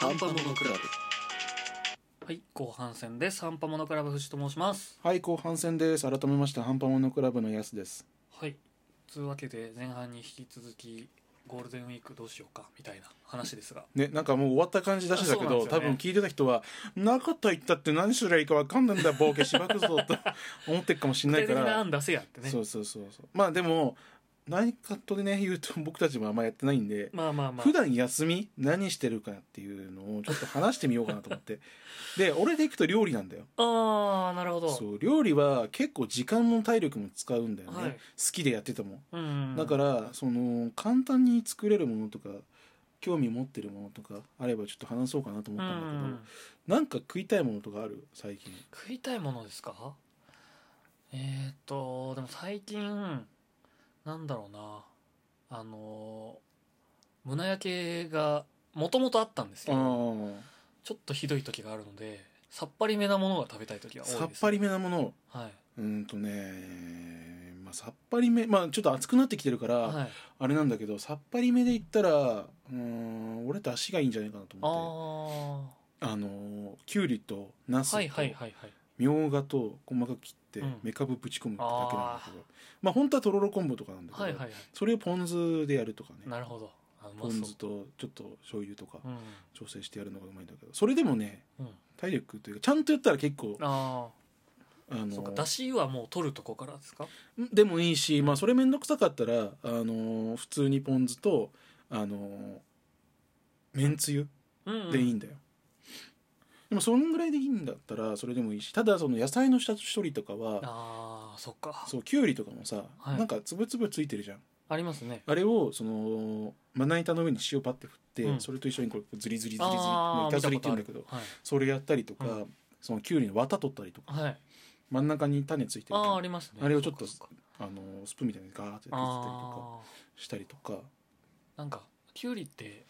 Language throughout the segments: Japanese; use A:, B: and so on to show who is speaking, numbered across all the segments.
A: アンパモノクラブ
B: はい後半戦ですハンパモノクラブ藤と申します
A: はい後半戦です改めましてハンパモノクラブのやすです
B: はいというわけで前半に引き続きゴールデンウィークどうしようかみたいな話ですが
A: ねなんかもう終わった感じ出してたけ
B: あそうなん
A: ど、
B: です
A: 多
B: よね
A: 分聞いてた人は「なかった言ったって何すりゃいいかわかんないんだボケしばくぞ」と 思ってるかもしれ
B: 具
A: ない
B: 体
A: か
B: 的な
A: ら、
B: 案出せやってね
A: そうそうそうそうまあでも何かとでね言うと僕たちもあんまやってないんで、
B: まあまあまあ
A: 普段休み何してるかっていうのをちょっと話してみようかなと思って で俺で行くと料理なんだよ
B: ああなるほど
A: そう料理は結構時間も体力も使うんだよね、
B: はい
A: 好きでやってても
B: うん
A: だからその簡単に作れるものとか興味持ってるものとかあればちょっと話そうかなと
B: う
A: 思ったんだけど、
B: ん
A: なんか食いたいものとかある最近
B: 食いたいものですかえー、っとでも最近なんだろうなあの胸焼けがもともとあったんですけ
A: あ
B: ど
A: ー
B: ちょっとひどい時があるのでさっぱりめなものが食べたい時が多いです、
A: さっぱりめなもの
B: はいう
A: ーんとね、まあ、さっぱりめまあちょっと熱くなってきてるから、
B: はい
A: あれなんだけどさっぱりめで言ったらうーん俺出汁がいいんじゃないかなと
B: あ
A: 思って
B: あ
A: あのきゅうりとなすと、
B: はいはいはいはい
A: みょうがと細かく切って
B: うん
A: めかぶぶち込むってだけなんだけど、まあ本当はとろろ昆布とかなんだけど、
B: はいはいはい
A: それをポン酢でやるとかね
B: なるほどあう
A: ポ
B: ま
A: ン
B: そう
A: 酢とちょっと醤油とか
B: うん
A: 調整してやるのがうまいんだけどそれでもね
B: うん
A: 体力というかちゃんとやったら結構
B: あ
A: あ
B: あそうかだ
A: の
B: しはもう取るとこからですか
A: でもいいし、まあ、それ面倒くさかったらあの普通にポン酢とあのめんつゆ
B: うんうん
A: でいいんだよ、でもそんぐらいでいいんだったらそれでもいいしただその野菜の下処理とかは
B: ああそっか
A: そうきゅうりとかもさ、
B: はい
A: なんかつぶつぶついてるじゃん
B: ありますね
A: あれをそのまな板の上に塩パッて振って、
B: うん
A: それと一緒にこうズリズリズリズ
B: あ
A: リまあ
B: あ
A: 板ずりって言うんだけど
B: はい
A: それやったりとか、
B: う
A: そのきゅうりの綿取ったりとか
B: はい、
A: 真ん中に種ついて
B: あ
A: る
B: あーあ
A: あ
B: りますね
A: れをちょっと
B: そかそっか
A: あのスプーンみたいにガーってやってたりとか
B: あ
A: したりとか
B: ーなんかきゅうりって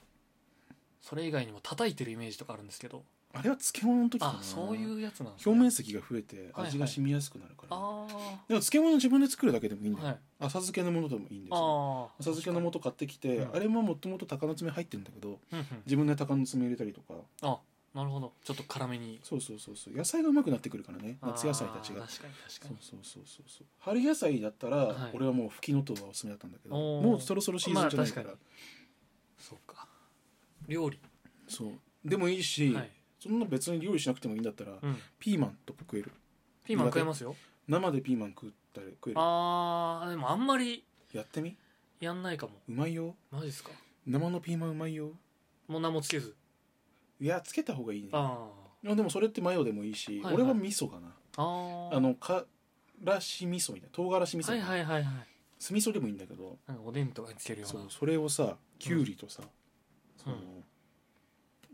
B: それ以外にも叩いてるイメージとかあるんですけど
A: あれは漬物の時かな
B: あそういうやつなんです
A: 表
B: ね、
A: 面積が増えて
B: はい
A: 味が染みやすくなるから、
B: あ
A: でも漬物自分で作るだけでもいいんだ
B: あ
A: よ、
B: はい
A: 浅漬けのものでもいいんです
B: あ
A: よ
B: あ
A: 浅漬けのも
B: も
A: と買ってきて、
B: うん
A: あれももともと鷹の爪入ってるんだけど
B: うんうん
A: 自分で鷹の爪入れたりとか
B: あなるほどちょっと辛めに
A: そうそうそうそう野菜がうまくなってくるからね夏野菜たち
B: あー
A: が
B: 確かに確か
A: そ
B: に
A: うそうそうそうそう春野菜だったら、
B: はい
A: 俺はもうフキノトウがおすすめだったんだけど
B: おー
A: もうそろそろシーズンじゃないから,、
B: まあ確そうか料理
A: そうでもいいし、
B: はい、
A: そんな別に料理しなくてもいいんだったら、
B: うん、
A: ピーマンとか食える
B: ピーマン食えますよ
A: 生でピーマン食ったり食える
B: あーでもあんまり
A: やってみ
B: やんないかも
A: うまいよ
B: マジですか
A: 生のピーマンうまいよ
B: もう何もつけず
A: いやつけた方がいいね
B: あ
A: でもそれってマヨでもいい
B: はい
A: し、
B: はい
A: 俺は味噌かな
B: ああ
A: あのからし味噌みたいな唐辛子味噌
B: は
A: み
B: い
A: たいな、
B: はいはいはい
A: 酢味噌でもいいんだけど
B: なんかおでんとかにつけるよう
A: そう
B: な
A: それをさきゅうりとさ、その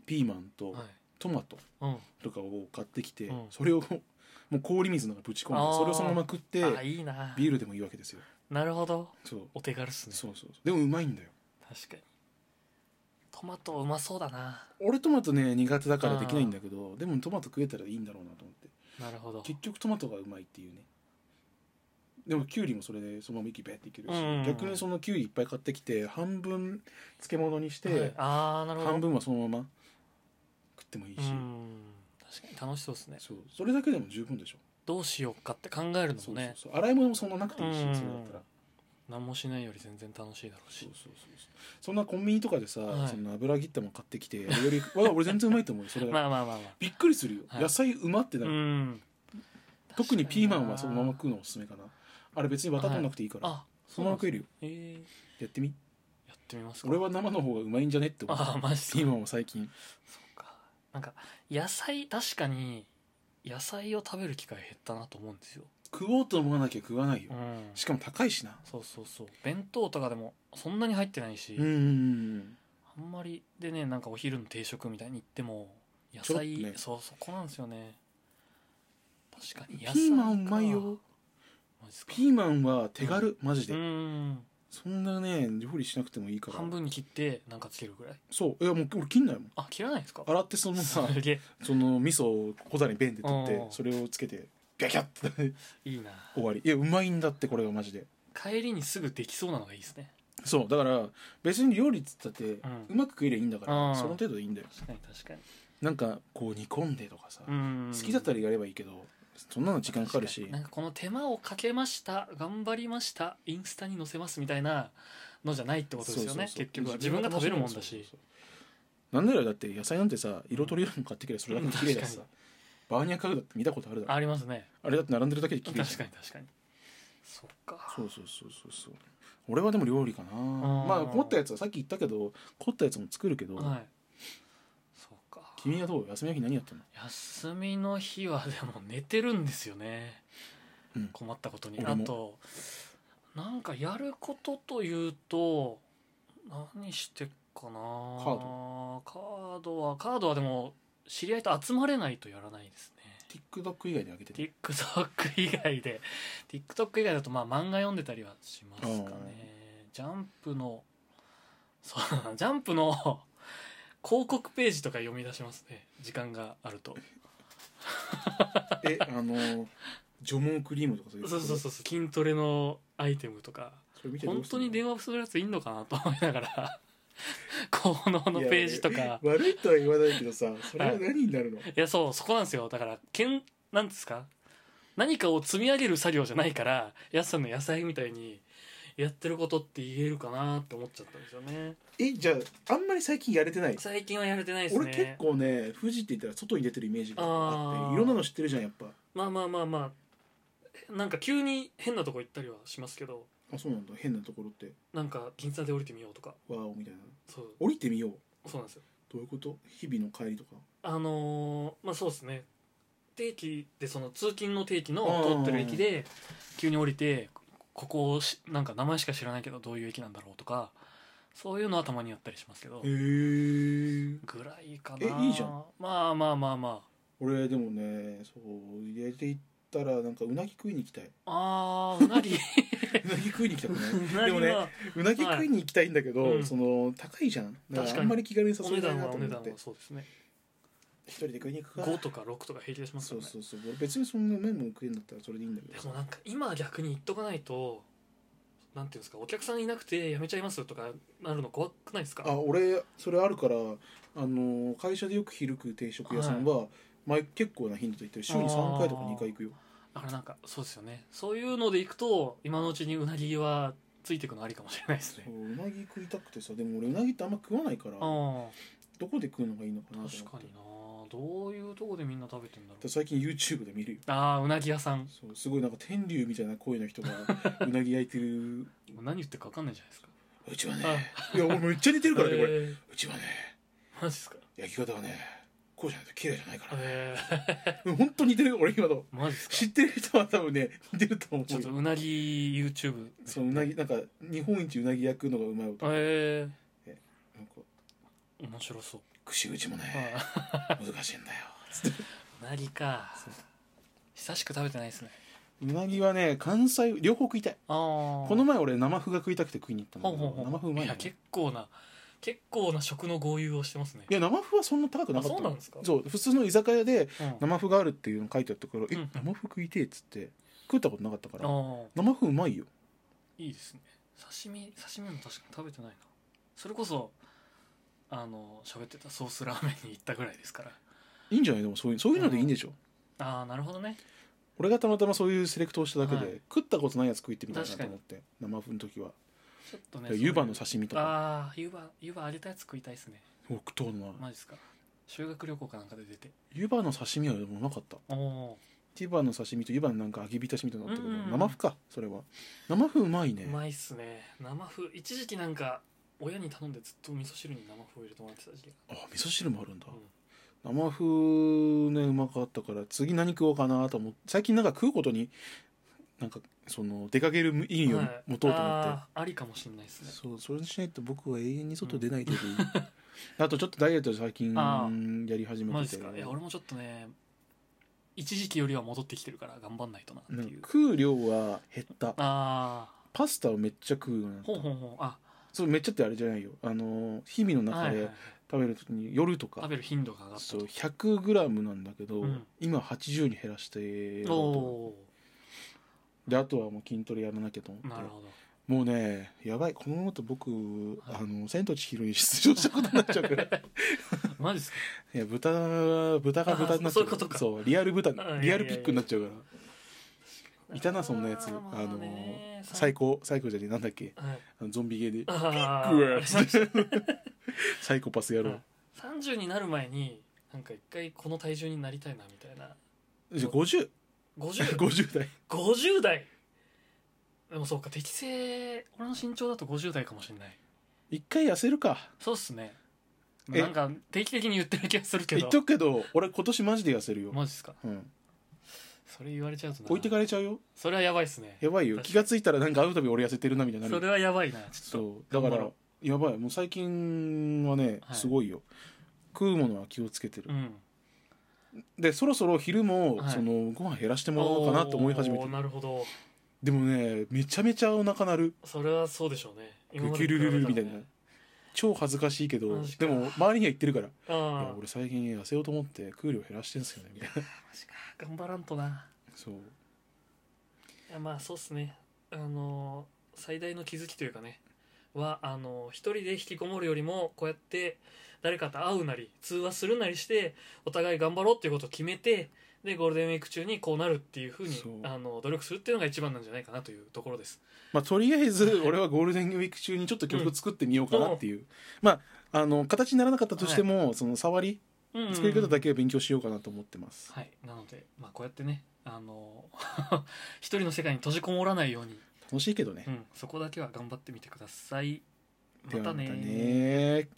A: ピーマンと
B: はい
A: トマト
B: うん
A: とかを買ってきて、
B: うん
A: それを もう氷水の中にぶち込ん
B: あ
A: で
B: ー
A: それをそのまま食って
B: あいいな
A: ビールでもいいわけですよ
B: なるほど
A: そう
B: お手軽っすね
A: そうそうでもうまいんだよ
B: 確かにトマトうまそうだな
A: 俺トマトね苦手だからできないんだけどでもトマト食えたらいいんだろうなと思って
B: なるほど
A: 結局トマトがうまいっていうねでもきゅうりもそれでそのまま息べっていけるし、
B: うんうんうん
A: 逆にそのきゅうりいっぱい買ってきて半分漬物にして、
B: はいああなるほど
A: 半分はそのまま食ってもいいし、
B: うん確かに楽しそうですね
A: そうそれだけでも十分でしょ
B: どうしようかって考えるの
A: そ
B: も
A: うそう
B: ね
A: そう洗い物もそんななくていいし、
B: うん
A: それだったら
B: 何もしないより全然楽しいだろう
A: そう
B: し
A: そうそうそうそんなコンビニとかでさ、
B: はい
A: その油切ったもん買ってきてより わ俺全然うまいと思うよそれが、
B: まあまあまあまあ
A: びっくりするよ、
B: はい
A: 野菜うまってな
B: う
A: る、
B: ん
A: 特にピーマンはそのまま
B: 確
A: 食うのおすすめかなあれ別に綿取んなくていいか、
B: からになあ
A: そのまま食え
B: る
A: るよ
B: え
A: やってみ
B: ーやってみますか
A: 俺は生の方がうまいんじゃねって思う
B: ああマジっすか
A: ピーマンも最近
B: そうかなんか野菜確かに野菜を食べる機会減ったなと思うんですよ
A: 食おうと思わなきゃ食わないよ、
B: うん
A: しかも高いしな
B: そうそうそう弁当とかでもそんなに入ってないし、
A: うんうんうん
B: あんまりでねなんかお昼の定食みたいに行っても野
A: ちょろっ
B: 菜、
A: とね
B: そうそこなんですよね確かに
A: ピ
B: 野菜か
A: ーマンうまいよ
B: マジっすか
A: ピーマンは手軽、マジで、
B: うん
A: そんなね料理しなくてもいいから
B: 半分に切ってなんかつけるぐらい
A: そういやもう俺切んないもん
B: あ切らないですか
A: 洗ってそのまま
B: すげえ
A: その味噌を小皿にベンって取っ
B: う
A: て
B: ん
A: それをつけてギャギャッて
B: いいな
A: 終わりいやうまいんだってこれがマジで
B: 帰りにすぐできそうなのがいいですね
A: そうだから別に料理っつったって、う
B: うん
A: まく食えりゃいいんだから、
B: うん
A: その程度でいいんだよ
B: 確かに確かに
A: なんかこう煮込んでとかさ、
B: うん
A: 好きだったらやればいいけどそんなの時間かかるし
B: なんかこの手間をかけました頑張りましたインスタに載せますみたいなのじゃないってことですよね
A: そうそうそう
B: 結局は自分が食べるもんだ
A: そう
B: し
A: そうそうなんならだって野菜なんてさ色とりどりの買ってきればそれだけで綺麗だしさ、
B: うん
A: バーニャカウダって見たことあるだろあ
B: ありますね
A: れだって並んでるだけで綺
B: 確
A: 麗
B: か
A: じゃん
B: に確かにそっか
A: そうそうそうそうそう俺はでも料理かな
B: ー
A: まあ凝ったやつはさっき言ったけど凝ったやつも作るけど、
B: はいそうか
A: 君はどう休みの日何やってんの
B: 休みの日はでも寝てるんですよね、
A: うん
B: 困ったことに
A: 俺
B: あ
A: も
B: となんかやることというと何してっかな
A: カー
B: カードはカードはでも知り合いと集まれないとやらないですね
A: TikTok 以外であげてる
B: TikTok 以外で TikTok 以外だとまあ漫画読んでたりはしますかねジャンプのそうだなジャンプの広告ページとか読み出しますね時間があると
A: えあの除毛クリームとかそういう
B: そうそうそうそう筋トレのアイテムとか
A: それ見てどう
B: 本
A: す
B: 当
A: んの
B: に電話するやついんのかなと思いながら 効能のページと
A: いや
B: か
A: 悪いとは言わないけどさそれは何になるの、
B: いやそうそこなんですよだからけんなんですか何かを積み上げる作業じゃないからやすさんの野菜みたいにやってることって言えるかなって思っちゃったんですよね
A: えじゃああんまり最近やれてない
B: 最近はやれてないですね
A: 俺結構ね富士って言ったら外に出てるイメージがあっ
B: あー
A: ていろんなの知ってるじゃんやっぱ
B: まあまあまあまあなんか急に変なとこ行ったりはしますけど
A: あそうなんだ変なところって
B: なんか銀座で降りてみようとか
A: わーおみたいな
B: そう
A: 降りてみよう
B: そうなんですよ
A: どういうこと日々の帰りとか
B: あのーまあそうですね定期でその通勤の定期の
A: うん
B: 通ってる駅で急に降りてここをしなんか名前しか知らないけどどういう駅なんだろうとかそういうのはたまにやったりしますけど
A: へえ
B: ぐらいかな
A: えいいじゃん
B: まあまあまあま
A: 俺でもねそう入れていったらなんかうなぎ食いに行き たい
B: ああーうなぎ
A: うなぎ食いに行きたくないう
B: なぎ
A: でもね
B: は
A: うなぎ食いに行きたいんだけど、
B: はいうん
A: その高いじゃんだ
B: 確
A: から
B: か
A: あ
B: に
A: んまり気軽に
B: お
A: 誘
B: 値
A: えな
B: 段
A: いな
B: は
A: と
B: お
A: 思
B: 値
A: っ
B: 段は
A: て
B: そうですね
A: 一人で食いに行くか
B: 5とか6とか平気でします
A: そ
B: よ
A: う
B: ね
A: そうそう俺別にそんな麺も食えんだったらそれでいいんだけど
B: でもなんか今逆に言っとかないとなんていうんですかお客さんいなくてやめちゃいますとかなるの怖くないですか
A: あ俺それあるからあのー会社でよく昼食う定食屋さんは、前結構な頻度で行ってる週に3回とか2回行くよ
B: だからなんかそうですよねそういうのでいくと今のうちにうなぎはついていくのありかもしれないです
A: そ
B: ね
A: ううなぎ食いたくてさでも俺うなぎってあんま食わないからど
B: あ
A: こで食うのがいいのか
B: あ
A: なと思って
B: 確かになどういうとこでみんな食べてんだろう
A: で最近 YouTube で見るよ
B: ああうなぎ屋さん
A: そうすごいなんか天竜みたいな声 の人がうなぎ焼いてる
B: 何言ってるか分かんないじゃないですか
A: うちは
B: あ
A: ねいや俺めっちゃ似てるからねこれ、
B: え
A: うちはね
B: ーマジですか
A: 焼き方はねこうじゃないと綺麗じゃないから、
B: え
A: うん本当に似てる俺今
B: ー、
A: の
B: マジ ですか
A: 知ってる人は多分ね似てると思う
B: ちょ
A: よ
B: っとうなぎ YouTube
A: そううなぎなんか日本一うなぎ焼くのがうまい男
B: え
A: なんか
B: ー、面白そう
A: 串打ちもね
B: ああ
A: 難しいんだよつって
B: うなぎか久しく食べてないですね
A: うなぎはね関西両方食いたい
B: ああ
A: この前俺生麩が食いたくて食いに行ったんだ
B: ほう
A: け
B: ほうほ
A: ど
B: う
A: 生麩うまい
B: い
A: よ
B: や
A: ね
B: 結構な結構な食の豪遊をしてますね
A: いや生麩はそんな高くなかったの
B: あそうなんですか
A: そう普通の居酒屋で
B: うんあ
A: 生麩があるっていうの書いてあったから「え
B: うんうん
A: 生麩食いてえ」っつって食ったことなかったから
B: あ
A: 生麩うまいよ
B: いいですね刺身刺身も確かに食べてないなそれこそあの喋ってたソースラーメンに行ったぐらいですから
A: いいんじゃないでもそういうそういうのでいいんでしょ
B: ああなるほどね
A: 俺がたまたまそういうセレクトをしただけで、
B: はい
A: 食ったことないやつ食いってみたいなと思って生麩の時は
B: ちょっとね
A: 湯葉の
B: 刺
A: 刺身とか
B: ああ湯葉湯葉揚げたやつ食いたいですね
A: 僕食うのは
B: マジですか修学旅行かなんかで出て
A: 湯葉の刺身はでもうまかった
B: おお
A: 湯葉の刺身と湯葉のなんか揚げ浸しみたいなのあったけど、
B: うんうんうん
A: 生麩かそれは生麩うまいね
B: ーうまいっすね生麩一時期なんか親に頼んでずっと味噌汁に生麩を入れてもらってた時期
A: あ味噌汁もあるんだ
B: が、、
A: 生麩ねうまかったから次何食おうかなと思って最近なんか食うことになんかその出かける意味を
B: はい
A: 持とうと思って、
B: あーありかもしれないですね
A: そうそれにしないと僕は永遠に外出ないけど、 あとちょっとダイエット最近
B: あ
A: やり始め
B: マジ
A: て
B: で
A: て
B: すかいや俺もちょっとね一時期よりは戻ってきてるから頑張んないとなって
A: なん
B: い
A: か
B: う
A: 食う量は減った
B: ああ
A: パスタをめっちゃ食うようになった
B: ほうほうほうあ
A: そうめっちゃってあれじゃないよあの日々の中
B: はいはい
A: で
B: はい
A: 食べる時に夜とか、
B: 食べる頻度が上がった
A: そう
B: と
A: 100g なんだけど、
B: うん
A: 今80に減らして
B: おお
A: であとはもう筋トレやらなきゃと思って
B: ーなるほど
A: もうねやばいこのままだと僕、あの「千と千尋」に出場したことになっちゃう からい
B: マジですか
A: や豚豚が豚になっちゃ
B: あそう
A: う
B: いうことか
A: そうリアル豚
B: うん
A: リアルピックになっちゃうからいたなそんなやつあ
B: ま
A: の
B: ね
A: 最高最高じゃねえなんだっけ
B: はい
A: あのゾンビゲーで
B: あ
A: うわっつ
B: ー
A: ってサイコパス野郎
B: 30になる前になんか一回この体重になりたいなみたいな
A: じゃあ50
B: 5050
A: 50代
B: 代でもそうか適正俺の身長だと50代かもしれない
A: 一回痩せるか
B: そうっすね
A: え
B: なんか定期的に言ってる気がするけ
A: 言
B: ど
A: っとくけど俺今年マジで痩せるよ、
B: マジっすか
A: うん、
B: それ言われちゃうとな
A: 置いてかれちゃうよ
B: それはやばいっすね
A: やばいよ
B: 確かに
A: 気がついたらなんか会うたび俺痩せてるなみたいになる
B: それ
A: よ
B: はやばいなちょっと
A: そうだか
B: 頑張
A: ら
B: ろ
A: やばいもう最近はね
B: はい
A: すごいよ、食うものは気をつけてる、
B: うん
A: でそろそろ昼も、
B: はい
A: そのご飯減らしてもらおうかなと思い始めて
B: おー
A: る
B: なるほど
A: でもねめちゃめちゃお腹鳴る
B: それはそうでしょうね
A: キ
B: まで
A: ュルルルル
B: 比
A: み
B: べ
A: た
B: ら
A: い
B: ね
A: な超恥ずかしいけど
B: マジか
A: でも周りには言ってるから「い
B: あ
A: や俺最近痩せようと思って食う量減らしてんすよね」みたいな
B: あマジか頑張らんとな
A: そう
B: いやまあそうっすねあのー最大の気づきというかねはあのー一人で引きこもるよりもこうやって誰かと会うなり通話するなりしてお互い頑張ろうっていうことを決めてでゴールデンウィーク中にこうなるっていうふうに
A: そう
B: あの努力するっていうのが一番なんじゃないかなというところです
A: まあ、とりあえず俺はゴールデンウィーク中にちょっと曲作ってみようかなっていう、まああの形にならなかったとしても、その触り作り方だけは勉強しようかなと思ってます、
B: はいなので、まあ、こうやってねあのー 一人の世界に閉じこもらないように、
A: 楽しいけどね
B: う、ん、そこだけは頑張ってみてくださいま
A: では
B: たね
A: またね